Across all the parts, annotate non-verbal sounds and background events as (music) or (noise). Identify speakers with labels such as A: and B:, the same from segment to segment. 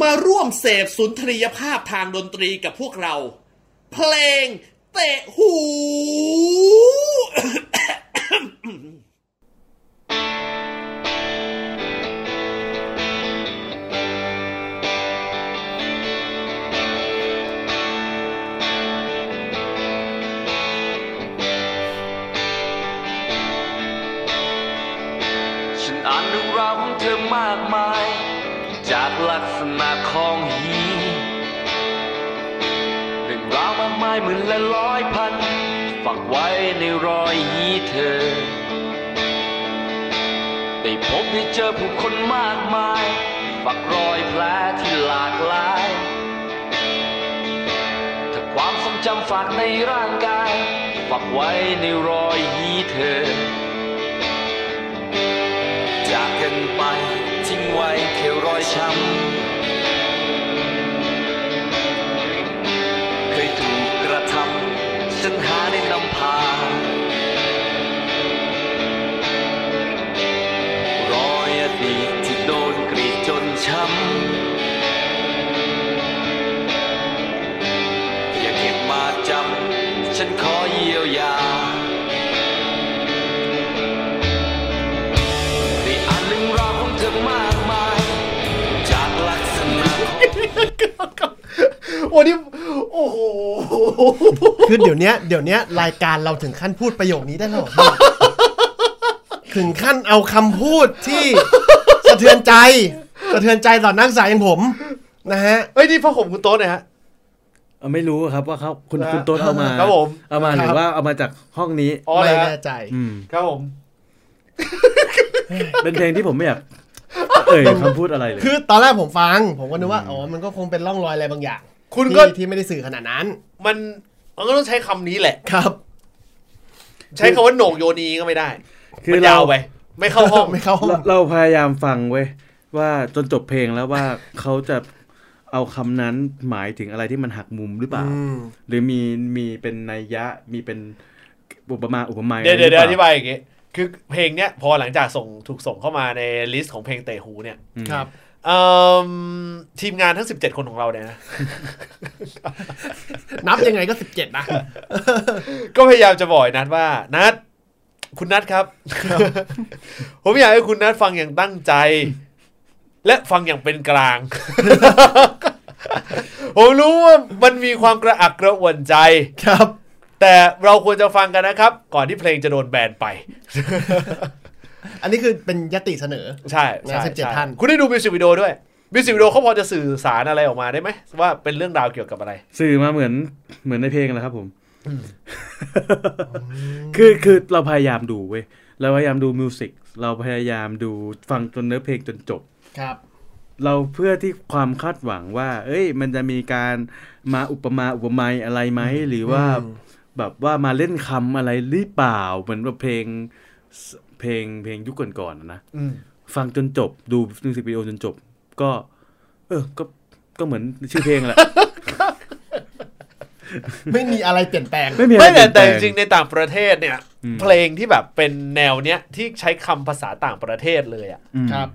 A: มาร่วมเสพสุนทรียภาพทางดนตรีกับพวกเรา เพลงเตะหู
B: ฉันอ่านเรื่องราวของเธอมากมาย จากลักษณะของหีเรื่องราวมากมายหมื่นและร้อยพันฝักไว้ในรอยหีเธอ ได้พบได้เจอผู้คนมากมาย ฝักรอยแผลที่หลากหลายถ้าความทรงจำฝากในร่างกาย ฝักไว้ในรอยหีเธอ จากกันไปทิ้งไว้เพียงรอยช้ำ เคยถูกกระทำฉันหาได้นำพารอยอดีตที่โดนกรีดจนช้ำอย่าเก็บมาจำฉันขอเยียวยา ได้อ่านเรื่องราวของเธอมากมาย จากลักษณะของ
C: โอ้นี่โอ้โห
D: คือเดี๋ยวเนี้ยเดี๋ยวเนี้ยรายการเราถึงขั้นพูดประโยคนี้ได้แล้วเหรอ ถึงขั้นเอาคำพูดที่ (laughs) สะเทือนใจ สะเทือนใจต่อนักศึกษาอย่างผมนะฮะ
C: เอ้ยนี่พ่อผมคุณโต๊ดนะฮะ
E: เอ่อไม่รู้ครับว่าเขาคุณ
C: อ่า
E: คุณโต๊ดเอามา
C: ครับผม
E: เอามาหรือ
D: ครับ
E: ว่าเอามาจากห้องนี้
C: อ๋อ
D: ไม่
C: นะฮะ
D: แน่ใจ
E: อื
C: (laughs)
E: ม
C: ครับผม
E: เป็นเพลงที่ผมไม่อ
C: (laughs)
E: ยากเอ่ยคำพูดอะไรเลย
D: คือตอนแรกผมฟัง ผมก็นึกว่า อ๋อ มันก็คงเป็นร่องรอยอะไรบางอย่าง
C: คุณ
D: ที่
C: ก็
D: ที่ไม่ได้สื่อขนาดนั้น
C: มันมันก็ต้องใช้คำนี้แหละ
D: ครับ
C: ใช้คำว่าโหนกโยนีก็ไม่ได้
E: คื
C: มัน
E: เรา
C: ยาวไปไม่เข้าห้อง
D: ไม่เข้าห้อง
E: เราเราพยายามฟังเว้ยว่าจนจบเพลงแล้วว่า เขาจะเอาคำนั้นหมายถึงอะไรที่มันหักมุมหรือเปล่า
D: อืม
E: หรือมีมีเป็นนัยยะมีเป็นอุปมาอุปไมย
C: เดี๋ยวเดี๋ยว
E: หรื
C: เดี๋ยวอ
E: ปล่า
C: ธิบายอย่างงี้คือเพลงเนี้ยพอหลังจากส่งถูกส่งเข้ามาในลิสต์ของเพลงเตะหูเนี่ย
E: อืม
D: ครับ
C: เอิ่มทีมงานทั้ง 17 คนของเราเนี่ยนะ
D: นับยังไงก็ 17 นะ
C: ก็พยายามจะบอกไอ้นัดว่า นัดคุณนัดครับ ผมอยากให้คุณนัดฟังอย่างตั้งใจ และฟังอย่างเป็นกลาง (laughs) ผมรู้ว่ามันมีความกระอักกระอ่วนใจ
D: ครับ
C: แต่เราควรจะฟังกันนะครับ ก่อนที่เพลงจะโดนแบนไป
D: อันนี้คือเป็นยติเสนอ
C: ใช่ใช่
D: นะ17
C: ใช่
D: ท่าน
C: คุณได้ดูมิวสิกวิดีโอด้วยมิวสิกวิดีโอเขาพอจะสื่อสารอะไรออกมาได้ไหมว่าเป็นเรื่องราวเกี่ยวกับอะไร
E: สื่อมาเหมือนเหมือนในเพลงแหล้วครับผม (laughs) คือคือเราพยายามดูเว้ยเราพยายามดูมิวสิกเราพยายามดูฟังจนเนื้อเพลงจนจบ
D: ครับ
E: เราเพื่อที่ความคาดหวังว่า เอ้ย มันจะมีการมาอุปมาอุปไมยอะไรไหม หรือว่าแบบว่ามาเล่นคำอะไรหรือเปล่า เหมือนแบบเพลงสเพลงเพลงยุคก่อนๆนะนะ
C: อืม
E: ฟังจนจบดูมิวสิกวิดีโอจนจบ ก็ เออ ก็ก็เหมือนชื่อเพลงแหละ
D: ไม่มีอะไรเปลี่ยนแปลง
E: ไม่มีอะร
C: ไม่แต่
E: เป
C: แต่จ
E: ลี่ยนปล
C: ริงๆในต่างประเทศเนี่ย
E: อืม
C: เพลงที่แบบเป็นแนวเนี้ยที่ใช้คำภาษาต่างประเทศเลยอ่ะ
E: อืม
D: ครับ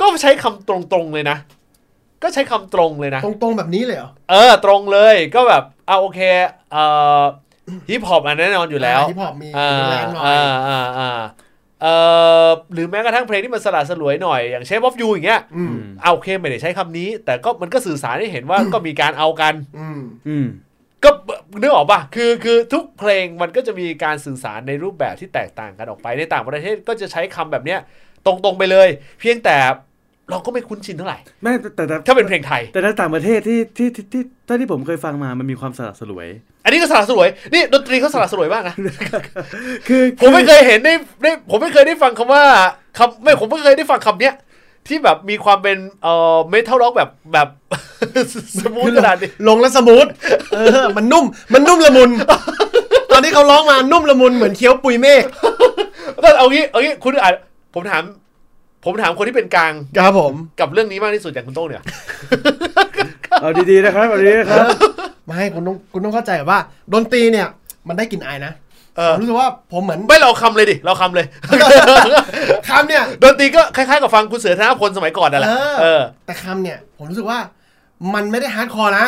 C: ก็ใช้คำตรงๆเลยนะ ก็ใช้คำตรงเลยนะ
D: ตรงๆแบบนี้เลยเหรอ
C: เออตรงเลยก็แบบเอาโอเคเอ่อฮิปฮอปอันแน่นอนอยู่แล้ว
D: ที่พอมี
C: อ่า
D: แรงหน่อย
C: อ่าอ่าอ่าเออหรือแม้กระทั่งเพลงที่มันสลัดสลวยหน่อยอย่างเชฟวอฟยูอย่างเงี้ย
D: อืม
E: อืม
C: เอาโอเคไม่ได้ใช้คำนี้ แต่ก็มันก็สื่อสารให้เห็นว่าก็มีการเอากัน
D: อืม
E: อืม
C: ก็นึกออกป่ะ คือคือทุกเพลงมันก็จะมีการสื่อสารในรูปแบบที่แตกต่างกันออกไป ในต่างประเทศก็จะใช้คำแบบเนี้ยตรงๆไปเลย เพียงแต่เราก็ไม่คุ้นชินเท่าไหร่
E: ไม่แต่แต่แต่
C: ถ้าเป็นเพลงไทย
E: แต่ในต่างประเทศที่ที่ที่ที่ถ้าที่ผมเคยฟังมามันมีความสลัดสลวย
C: อันนี้ก็สละสลวย นี่ดนตรีเขาสละสลวยมาก
E: (laughs)
C: นะ
E: คือ
C: ผมไม่เคยเห็นได้ได้ผมไม่เคยได้ฟังคำว่าคำไม่ผมไม่เคยได้ฟังคำเนี้ยที่แบบมีความเป็นเอ่อเมทัลร็อกแบบแบบ (laughs) สมูทขนาดนี้
D: ลงแล้วสมูท เออ มันนุ่ม มันนุ่มละมุน ตอนที่เขาร้องมานุ่มละมุนเหมือนเคี้ยวปุยเมฆ
C: ก็เอางี้เอางี้คุณอ่านผมถาม ผมถามคนที่เป็นกลาง
D: ครับผม
C: กับเรื่องนี้มากที่สุดอย่างคุณโต้งเนี่ย
E: เอาดีๆนะครับเอาดีๆนะครับ
D: ไม่คุณต้องคุณต้องเข้าใจว่า ดนตรีเนี่ย มันได้กลิ่นอายนะ
F: เอ
D: ผม
F: อ
D: รู้สึกว่าผมเหมือน
F: ไม่เราคำเลยดิเราคำเลย
D: (laughs) คำเนี่ย
F: ดนตรีก็คล้ายๆกับฟังคุณเสือธนพลสมัยก่อนนั่นแหละ
D: เอ
F: เอ
D: อ
F: อ
D: แต่คำเนี่ย ผมรู้สึกว่า มันไม่ได้ฮาร์ดคอ
F: (laughs)
D: ร์นะ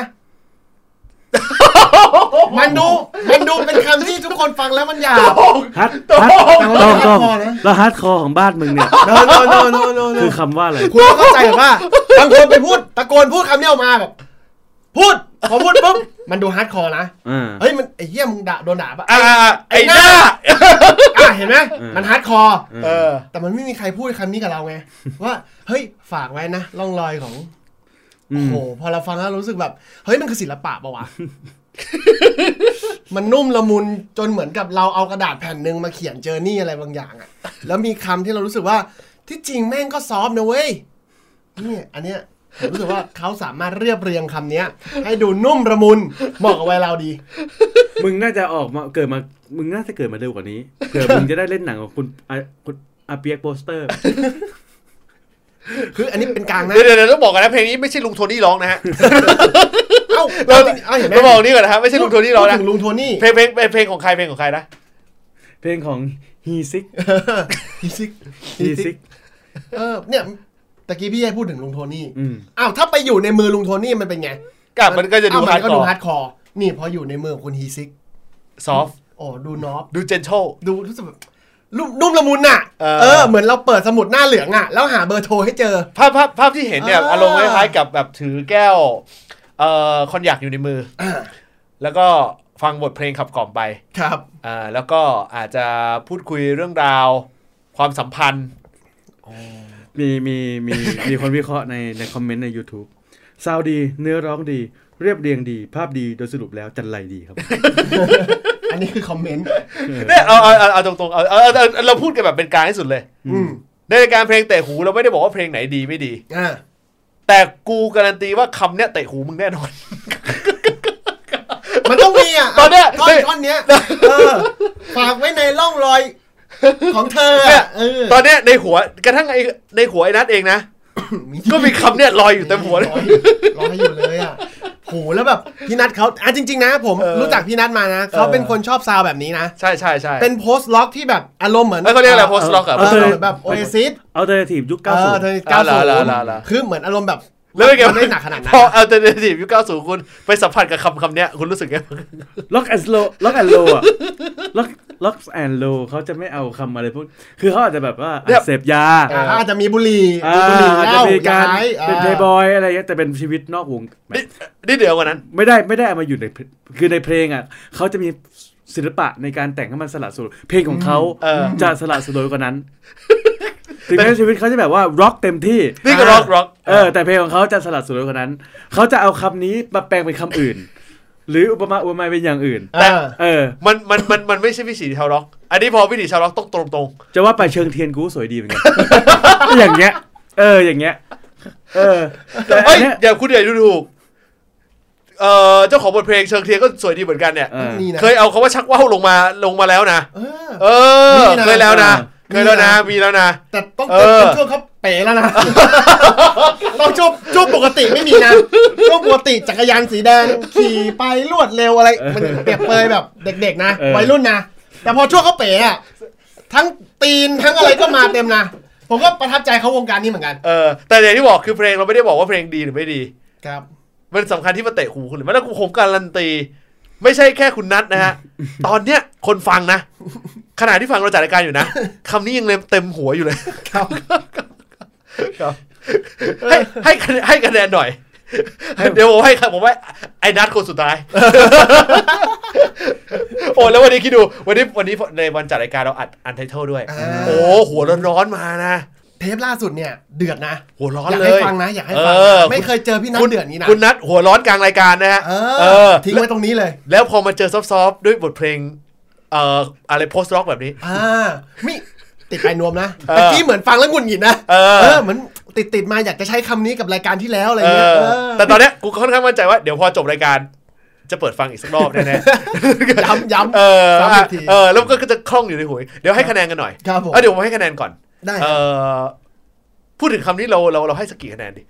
D: มันดู มันดูเป็นคำที่ทุกคนฟังแล้วมันหยาบ
E: ฮัด
F: ต้อง
E: ฮัดต้องต้อง
D: ฮาร์ดคอร์นะ
E: แล้วฮัดคอร์ของบ้านมึงเนี่ย
D: no no no no no
E: คือคำว่าอะไร
D: คุณต้องเข้าใจแบบว่าบางคนไปพูดตะโกนพูดคำนี้ออกมาแบบพูดพอพูดปุ๊บมันดูฮาร์ดคอร์นะ
E: อ่า
D: เฮ้ยมันไอ้เหี้ยมึงด่าโดนด่าปะ
F: อ่าไอ้หน้า
D: อ่ะเห็นไหมมันฮาร์ดคอร์
F: เออ
D: แต่มันไม่มีใครพูดคำนี้กับเรา
F: (laughs)
D: ไงว่าเฮ้ยฝากไว้นะร่องรอยของ
E: อื
D: โอ้
E: ม
D: โหพอเราฟังแล้วรู้สึกแบบเฮ้ยมันคือศิลปะปะ
F: (laughs)
D: วะ (laughs) มันนุ่มละมุนจนเหมือนกับเราเอากระดาษแผ่นหนึ่งมาเขียนเจอร์นี่อะไรบางอย่างอะแล้วมีคำที่เรารู้สึกว่าที่จริงแม่งก็ซอฟต์นะเว้ยเนี่ยอันเนี้ยผมรู้สึกว่าเขาสามารถเรียบเรียงคำเนี้ย ให้ดูนุ่มละมุนเหมาะกับวัยเราดี
E: มึงน่าจะออกมาเกิดมามึงน่าจะเกิดมาเร็วกว่านี้เผื่อมึงจะได้เล่นหนังของคุณอาคุณอาเปียกโปสเตอร์
D: คืออันนี้เป็นกลางนะ
F: เดี๋ยวเดี๋ยวต้องบอกกันนะเพลงนี้ไม่ใช่ลุงโทนี่ร้องนะฮะ
D: เอ้า
F: (laughs) เรา
D: จงเอ้าเห็นไหม
F: เราบอกนี่ก่อนนะครับไม่ใช่ลุงโทนี่ร้องนะ
D: พูดถึงลุงโทนี่
F: เพลงเพลงเพลงของใครเพลงของใครนะ
E: เพลงของฮีซิก
D: ฮีซิก
E: ฮีซิก
D: เออเนี่ยตะกี้พี่ให้พูดถึงลุงโทนี่
E: อืม
D: อ้าวถ้าไปอยู่ในมือลุงโทนี่มันเป็นไง
F: กลับมันก็จะดู
D: อ้ว
F: ฮาร์ด
D: มันก็
F: คอ
D: ดู
F: ร์
D: ฮาร์ดคอร์นี่พออยู่ในมือของคุณฮีซิก
F: ซอฟ
D: โอ้ดูน็อป
F: ดูเจนโช
D: ดูรู้สึกแบบนุ่มนุ่มละมุนอ่ะ
F: เออ
D: เหมือนเราเปิดสมุดหน้าเหลืองอ่ะ แล้วหาเบอร์โทรให้เจอ
F: ภาพภาพภาพที่เห็นเนี่ย
D: อ่า
F: อารมณ์คล้ายๆกับแบบถือแก้วเอ่อคอนยักอยู่ในมืออแล้วก็ฟังบทเพลงขับกล่อมไป
D: ครับ
F: อ่าแล้วก็อาจจะพูดคุยเรื่องราว ความสัมพันธ์
E: มีมีมีมีคนวิเคราะห์ในในคอมเมนต์ใน YouTube ซาวดีเนื้อร้องดี เรียบเรียงดี ภาพดีโดยสรุปแล้วจันไรดีครับ
D: อันนี้คือคอมเมนต์
F: เนี่ยเอาเอาเอาเอาตรงๆเอาเอาเอาเอาเราพูดกันแบบเป็นกลางที่สุดเลย
D: อืม
F: ในรายการเพลงเตะหูเราไม่ได้บอกว่าเพลงไหนดีไม่ดี
D: อ่า
F: แต่กูการันตีว่าคำเนี้ยเตะหูมึงแน่นอน
D: มันต้องมีอ่ะ
F: ตอนเนี้ย
D: ก้อ
F: เฮ้
D: น
F: ย
D: ก้อนเนี้ยเออฝากไว้ในร่องรอยของเธอ
F: เนี่ย
D: อ่ะเออ
F: ตอนเนี้ยในหัวกระทั่งไอ้ในหัวไอ้นัทเองนะ ก็มีคำเนี่ยลอยอยู่เต็มหัว
D: (laughs)
F: เลย
D: ร้อยร้อยอยู่เลยอ่ะโหแล้วแบบพี่นัทเขาอ่ะจริง ๆ นะ ผม
F: เออ
D: รู้จักพี่นัทมานะเขา
F: เออ
D: เป็นคนชอบซาวแบบนี้นะ
F: ใช่ใช่ใช่
D: เป็นโพสต์ล็อกที่แบบอารมณ์เหมือน
F: เอ้ยเขาเรียกอะไรโพสต์ล็อกเหรอ
D: เออเหมือนแบบโอเอซิส
E: เอาเตอร์ทีมยุค
D: เอ
E: เก้าสิ
D: อบ เธอ
F: อ่า
D: เก้า
F: เหร
D: สู
F: อเหรอเหรอเหรอ
D: คือเหมือนอารมณ์แบบ
F: แล้วเป็นไง
D: ไม่ได้หนักขนาดนั้น
F: พอ
D: นะ
F: เอาแต่ในทียุคเก้าสูงคุณไปสัมผัสกับคำคำเนี้ยคุณรู้สึกไง
E: ล็อกแอนโลล็อกแอนโลอะล็อกล็อกแอนโลเขาจะไม่เอาคำอะไรพวกคือเขาอาจจะแบบว่าอ่ะเสพยา
D: อ่าอาจจะมีบุหรี่
E: อ่า
D: มีบุหรี่เหล้า
E: จะมีการ
D: ย้าย
E: เป็น
D: อ่า
E: เพย์บอยอะไรเงี้ยแต่เป็นชีวิตนอกวง
F: นี่นี่เดี๋ยวกว่านั้น
E: ไม่ได้ไม่ได้เอามาอยู่ในเพลงคือในเพลงอ่ะเขาจะมีศิลปะในการแต่งให้มันสละสลวยเพลงของเขา
F: เออ
E: จะสละสลวยกว่านั้นถึงแม้ชีวิตเขาจะแบบว่าร็อกเต็มที่
F: นี่ก็ร็อกร็อก
E: เออแต่เพลงของเขาจะสละสลวยกว่านั้นเขาจะเอาคำนี้มาแปลงเป็นคำอื่น (laughs) หรืออุปมาอุปไมยเป็นอย่างอื่น
D: อ่า
E: เออ
F: มันมันมันมันไม่ใช่วิถีชาวร็อก อันนี้พอวิถีชาวร็อกต้องตรงตรง
E: จะว่าไปเชิงเทียนกูสวยดีเหมือนกัน (laughs) อย่างเงี้ย เอออย่างเงี้ย เออ
F: ๆ
E: แต่อั
F: เอ้
E: น
F: ย
E: เนี้ย
F: อย่าคุณอย่าดูถูกเอ่อเจ้าของบทเพลงเชิงเทียนก็สวยดีเหมือนกันเนี่ย
E: เออ
D: นี่นะ
F: เคยเอาคาว่าชักว่าวลงมาลงมาแล้วนะ
D: เออ
F: เออ
D: มีนะ
F: เคยแล้วนะ
E: มีนะ
F: เคยแล้วนะ มีแล้วนะ
D: แต่ต้อง
F: เอ
D: เป็น
F: อ
D: ช่วงเขาเป๋แล้ว
F: (laughs)
D: นะ เราช่วงช่วงปกติไม่มีนะช่วงปกติจักรยานสีแดงขี่ไปรวดเร็วอะไร มันเปรียบเปรยแบบเด็ก ๆ นะ
E: เออ
D: วัยรุ่นนะแต่พอช่วงเขาเป๋อะทั้งตีนทั้งอะไรก็มาเต็มนะผมก็ประทับใจเขาวงการนี้เหมือนกัน
F: เออแต่อย่างที่บอกคือเพลงเราไม่ได้บอกว่าเพลงดีหรือไม่ดี
D: ครับ
F: มันสำคัญที่มาเตะหูคุณหรือไม่แล้วกูผมการันตี ไม่ใช่แค่คุณนัท
D: (laughs)
F: นะฮะ ตอนเนี้ยคนฟังนะ ขณะที่ฟังเราจัดรายการอยู่นะคำนี้ยังเต็มหัวอยู่เลย
D: ครับ
F: ครับให้ให้คะแนนให้คะแนนหน่อย เดี๋ยวผมให้ครับผมว่าไอ้นัทคนสุดท้าย โอ้แล้ววันนี้คิดดู วันนี้วันนี้ในวันจัดรายการเราอัดอันไทเทลด้วย
D: อ่า
F: โอ้หัวร้อนๆมานะ
D: เทปล่าสุดเนี่ยเดือดนะ
F: หัวร้อน
D: อยาก
F: เล
D: ให้
F: ย
D: ฟังนะอยากให้ฟัง
F: เออ
D: นะไม่เคยเจอพี่นัทเดือดนี้นะ
F: คุณนัทหัวร้อนกลางรายการนะฮะ
D: เอ
F: เอ
D: อ
F: อ
D: ทิ้งไว้ตรงนี้เลย
F: แล้วพอมาเจอซอฟต์ๆด้วยบทเพลง เอ่ออะไรโพสต์ร็อกแบบนี้
D: อ่ามิติดไปนวมนะ
F: เออ
D: ตะกี้เหมือนฟังแล้วหงุดหงิดนะ
F: เออ
D: เหมือนติดติดๆมาอยากจะใช้คำนี้กับรายการที่แล้วอะไร
F: เอ
D: เงี้ย
F: อ
D: เออ
F: แต่ตอนเนี้ยกูค่อนข้างมั่นใจว่า เดี๋ยวพอจบรายการ จะเปิดฟังอีกสักรอบแน่ๆ
D: ย้ำย้ำ
F: เออ
D: ซ้ำอีกที
F: เออ แล้วก็จะคล่องอยู่ในหัวเดี๋ยวให้คะแนนกันหน่อย
D: ครับผม
F: เอาเดี๋ยวผมให้คะแนนก่อน
D: ได้ครับ
F: เออพูดถึงคำนี้เราเราเราให้สกกี่คะแนนดิ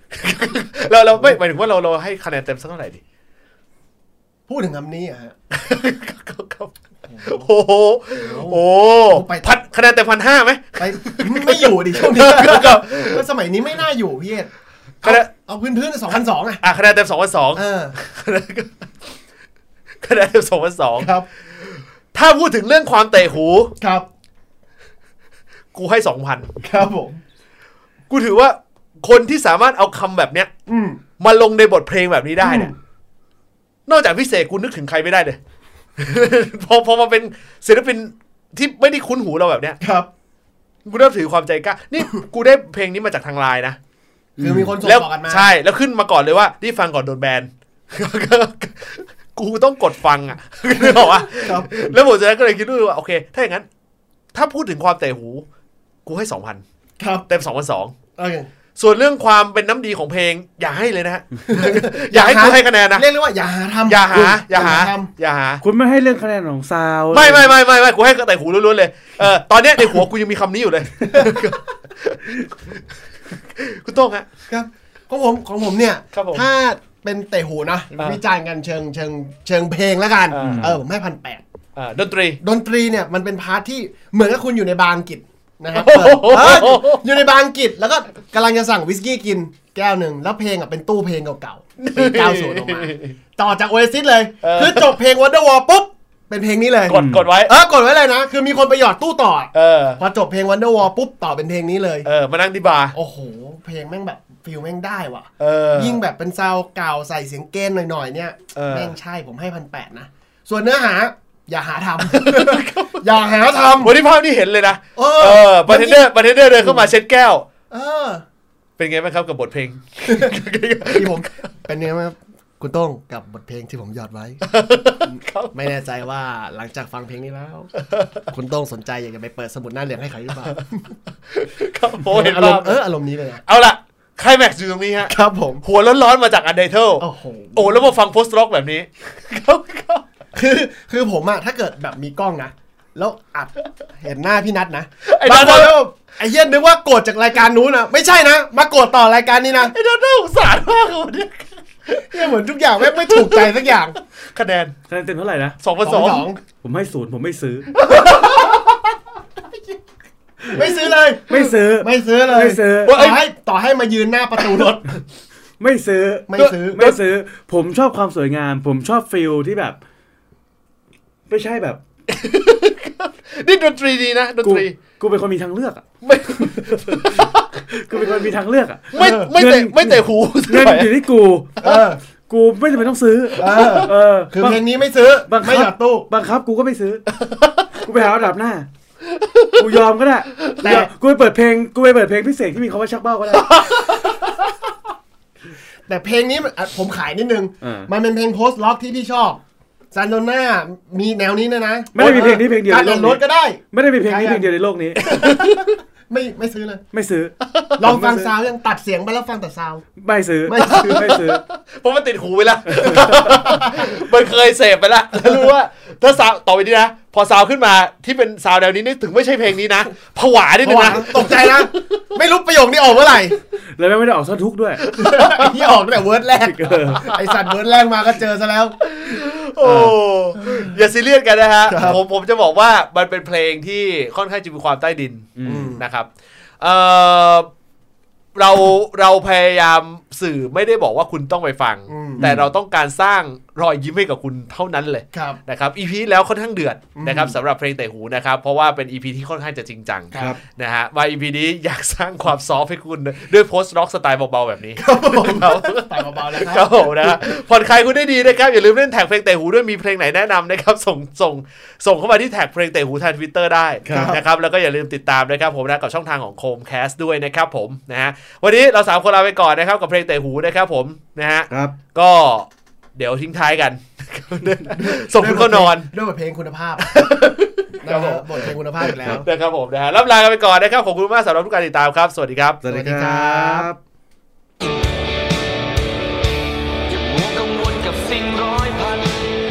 F: (laughs) เราเราไม่หมายถึงว่าเราเราให้คะแนนเต็มสักเท่าไหร่ดิ
D: พูดถึงคำนี้อะฮะ
F: (laughs) โอ้โหโอ้
D: ไป
F: พันคะแนนแต่พันห้าไหม
D: ไปไม่อยู่ดิช่วงนี้ก็สมัยนี้ไม่น่าอยู่พี่เอส
F: คะแนน
D: เอาพื้นพื้นสองพันสองอ่ะ
F: อ่ะคะแนนเต็มสองพันสอง
D: เออ
F: (laughs) คะแนนเต็มสองพันสอง
D: ครับ
F: ถ้าพูดถึงเรื่องความเตะหู
D: ครับ
F: กูให้สองพัน
D: ครับผม
F: กูถือว่าคนที่สามารถเอาคำแบบเนี้ย
D: อืม
F: มาลงในบทเพลงแบบนี้ได้เนี่ย นอกจากพิเศษกูนึกถึงใครไม่ได้เลย (laughs) พอพอมาเป็นศิลปินที่ไม่ได้คุ้นหูเราแบบเนี้ย
D: ครับ
F: กูเริ่มถือความใจกล้า นี่ กูได้เพลงนี้มาจากทางไลน์นะ
D: คือมีคนส่ง
F: แล้ว
D: ต่อกันมา
F: ใช่ แล้วขึ้นมาก่อนเลยว่านี่ฟังก่อนโดนแบ (laughs) น กูต้องกดฟังอ่ะ นึกออกปะ
D: ครับ
F: แล้วผมจากนั้นก็เลยคิดดูว่าโอเค ถ้าอย่างนั้น ถ้าพูดถึงความเตะหู กูให้สองพัน
D: ครับ
F: เต็มสองพันสอง
D: โอเค
F: ส่วนเรื่องความเป็นน้ำดีของเพลง อย่าให้เลยนะ (laughs) ฮะ อย่าให้กูให้คะแนนนะ
D: เรียกได้ว่าอย่าหาทำ
F: อย่าหา
D: ม
F: อย่าหา
D: ท
F: อย่าหา
E: คุณไม่ให้เรื่องคะแนนของซาวด์
F: ไม่ไม่ไม่ไม่ไม่กูให้แต่หูล้วนๆเลย เออตอนเนี้ยในหัวกูยังมีคำนี้อยู่เลย (laughs) คุณโต้งฮะ
D: ำครับของผมของผมเนี่ย
F: ครับผม
D: ถ้าเป็นเตะหูนะ
F: อ่า
D: วิจารณ์กันเชิงเชิงเชิงเพลงแล้วกัน
F: อ่า
D: เออผมให้พันแปด
F: อ่าดนตรี
D: ดนตรีเนี่ยมันเป็นพาร์ทที่เหมือนกับคุณอยู่ในบาร์อังกฤษนะครับ
F: โอ้
D: เปิด
F: โห
D: เอ้ยอยู่ในบาร์อังกฤษแล้วก็กำลังจะสั่งวิสกี้กินแก้วหนึ่งแล้วเพลงอ่ะเป็นตู้เพลงเก่าๆเป็นเก้าสูนออกมาต่อจากโอเอซิสเลยคือจบเพลงวันเดอร์วอลปุ๊บ เป็นเพลงนี้เลย
F: กดกดไว้
D: เออกดไว้เลยนะ คือมีคนไปหยอดตู้ต่อ
F: เออ
D: พอจบเพลงวันเดอร์วอลปุ๊บต่อเป็นเพลงนี้เลย
F: เออ มานั่งที่บาร์
D: โอ้โห เพลงแม่งแบบฟิลแม่งได้ว่ะ
F: เออ
D: ยิ่งแบบเป็นซาวด์เก่าใส่เสียงเกนหน่อยๆเนี่ย
F: เออ
D: แม่งใช่ผมให้พันแปดนะ ส่วนเนื้อหา อย่าหาท
F: (laughs)
D: ำ อย่าหาท
F: วันนี้ภาพนี่เห็นเลยนะ
D: ำเออ
F: เออบาร์เทนเดอร์บาร์เทนเดอร์เดินเข้ามาเช็ดแก้ว
D: เออ
F: เป็นไงบ้างครับกับบทเพลง
D: ที่ผมเป็นยังไงบ้างครับคุณโต้องกับบทเพลงที่ผมหยอดไว้
F: (laughs)
D: ไม่แน่ใจว่าหลังจากฟังเพลงนี้แล้ว คุณโต้องสนใจอยากจะไปเปิดสมุดหน้าเหลืองให้ใครหรือเปล่า
F: ครับโอ้เห็น
D: อาร
F: ภาม พ
D: ณ์เอออารมณ์นี้เลยนะ
F: เอาล่ะไคลแม็กซ์อยู่ตรงนี้ฮะ
D: ครับผม
F: หัวร้อนๆมาจากอันเดอร์เทล
D: โอ้โห
F: โอ้แล้วมาฟังโพสต์ร็อกแบบนี้ (laughs) ครับครับ
D: คือคือผมอะถ้าเกิดแบบมีกล้องนะ แล้วอัดเห็นหน้าพี่นัทนะ
F: ไอ้นั
D: บางค
F: ทอะ
D: นก็แบบไอ้เหี้ยนึกว่าโกรธจากรายการนู้นนะไม่ใช่นะ มาโกรธต่อรายการนี้นะ
F: ไอ้เดอร์เทลสงสารมากเลยวันเนี้ย
D: เนี่ยเหมือนทุกอย่างไม่งไม่ถูกใจสัก
E: (laughs)
D: อย่าง
F: คะแนน
E: คะแนนเต็มเท่าไหร่นะ
F: สองพัน
D: ส
F: ส
D: อ
F: อง ง
D: สอง
E: ผมให้ศูนย์ผมไม่ซื้อ
D: ไม่ซื้อเลย
E: ไม่ซื้อ
D: ไม่ซื้อเลย
E: ไม่ซื้อ
D: ต่อให้ต่อให้มายืนหน้าประตูรถ
E: (laughs) ไม่ซื้อ
D: ไม่ซื้อ
E: ไม่ซื้อ ผมชอบความสวยงาม ผมชอบฟิลที่แบบ ไม่ใช่แบบ
F: นี่ดนตรีดีนะดน
E: กู
F: ตรี
E: กูเป็นคนมีทางเลือกอ่ะ
F: ไม่
E: (laughs) กูเป็นคนมีทางเลือกอ่ะ
F: ไม่ไม่เตะไม่เตะหู
E: เงินอยู่ที่กู
D: เออ
E: กูไม่จำเป็นต้องซื้อ
D: เออ
E: เออ
D: คือ
E: บัง
D: เพลงนี้ไม่ซื้อ
E: บังคั
D: ไม่หยอดตู้
E: บังคับกูก็ไม่
F: (laughs)
E: ซื้อ กูไปหาระดับหน้า กูยอมก็ได้
D: แต่
E: กูยอมกูไปเปิดเพลง กูไปเปิดเพลงพิเศษที่มีคำว่าชักเบ้าก็
F: (laughs)
E: ได้
D: แต่เพลงนี้มันอ่ะผมขายนิดนึง
E: เออ
D: มันเป็นเพลงโพสต์ล็อกที่พี่ชอบซานโดน่ามีแนวนี้ด้วยนะ
E: ไม่ได้มีเพลงนี้เพลงเดียว
D: การ
E: ใน
D: เดิน
E: โลกนี้
D: รถก็ได้
E: ไม่ได้มีเพลงนี้
D: ใช่
E: เพลงเดียวในโลกนี้
D: (laughs) ไม่ไม่ซื้อเลย
E: ไม่ซื้อ
D: ลองฟังซาวด์ยังตัดเสียงไปแล้วฟังแต่ซาวด์
E: ไม่ซื้อ
D: ไม่ซื้อ
E: ไม่ซื้อ
F: เพราะมันติดหูไปละ (laughs) มันเคยเสพไปละแล้วรู้ว่าถ้าซาวต่อไปนี้นะ พอซาวขึ้นมาที่เป็นซาวแนวนี้นึกถึงไม่ใช่เพลงนี้นะผวานิดนึงนะ
D: ตกใจนะ ไม่รู้ประโยคนี้ออกเมื่อไห (laughs) ร่
E: แล้วแม่งไม่ได้ออกท่อนทุกข์ด้วย
D: ไอ้ที่ออกตั้งแต่เวิร์ดแรก
E: เออ
D: ไอสัตว์เวิร์ดแรกมาก็เจอซะแล้ว
F: โอ้อย่าซีเรียสกันนะฮะ
D: ครับ
F: ผมผมจะบอกว่ามันเป็นเพลงที่ค่อนข้างจะมีความใต้ดินนะครับเอ่อเราเราพยายามสื่อไม่ได้บอกว่าคุณต้องไปฟัง แต่เราต้องการสร้างรอยยิ้มให้กับคุณเท่านั้นเลย
D: ครับ
F: นะครับ EP แล้วค่อนข้างเดือดนะครับสำหรับเพลงเตะหูนะครับ เพราะว่าเป็น EP ที่ค่อนข้างจะจริงจัง
D: ครับ
F: นะฮะมา EP นี้อยากสร้างความซอฟต์ให้คุณ ด้วยโพสต์ร็อกสไตล์เบาๆแบบนี้
D: ต่อยเบาๆแล้ว
F: ค
D: ค
F: รั
D: รั
F: บบ ผมนะฮะผ่อนคลายคุณได้ดีนะครับ อย่าลืมเล่นแท็กเพลงเตะหูด้วยมีเพลงไหนแนะนำนะครับ ส่งส่งส่งเข้ามาที่แท็กเพลงเตะหูทางทวิตเตอร์ได้
D: ครับ
F: นะครับแล้วก็อย่าลืมติดตามนะครับผมนะกับช่องทางของโคมแคสด้วยนะครับผมนะฮะวันนี้เราสามคนลาไปก่อนนะครับกับเพลงเตะหูนะครับผมนะฮะ
E: ครับ
F: ก็เดี๋ยวทิ้งท้ายกัน (laughs) ส่งคุณเข้านอน
D: ด้วยบทเพลงคุณภาพ
F: ค
D: นะ
F: รับผม
D: ฮะบทเพลงคุณภาพอีกแล้ว
F: นะครับผมนะฮะรับลากันไปก่อนนะครับ ขอบคุณมากสำหรับทุกการติดตามครับ สวัสดีครับ
E: สวัสดีครับ
B: อย่ามัวกังวลกับสิ่งร้อยพัน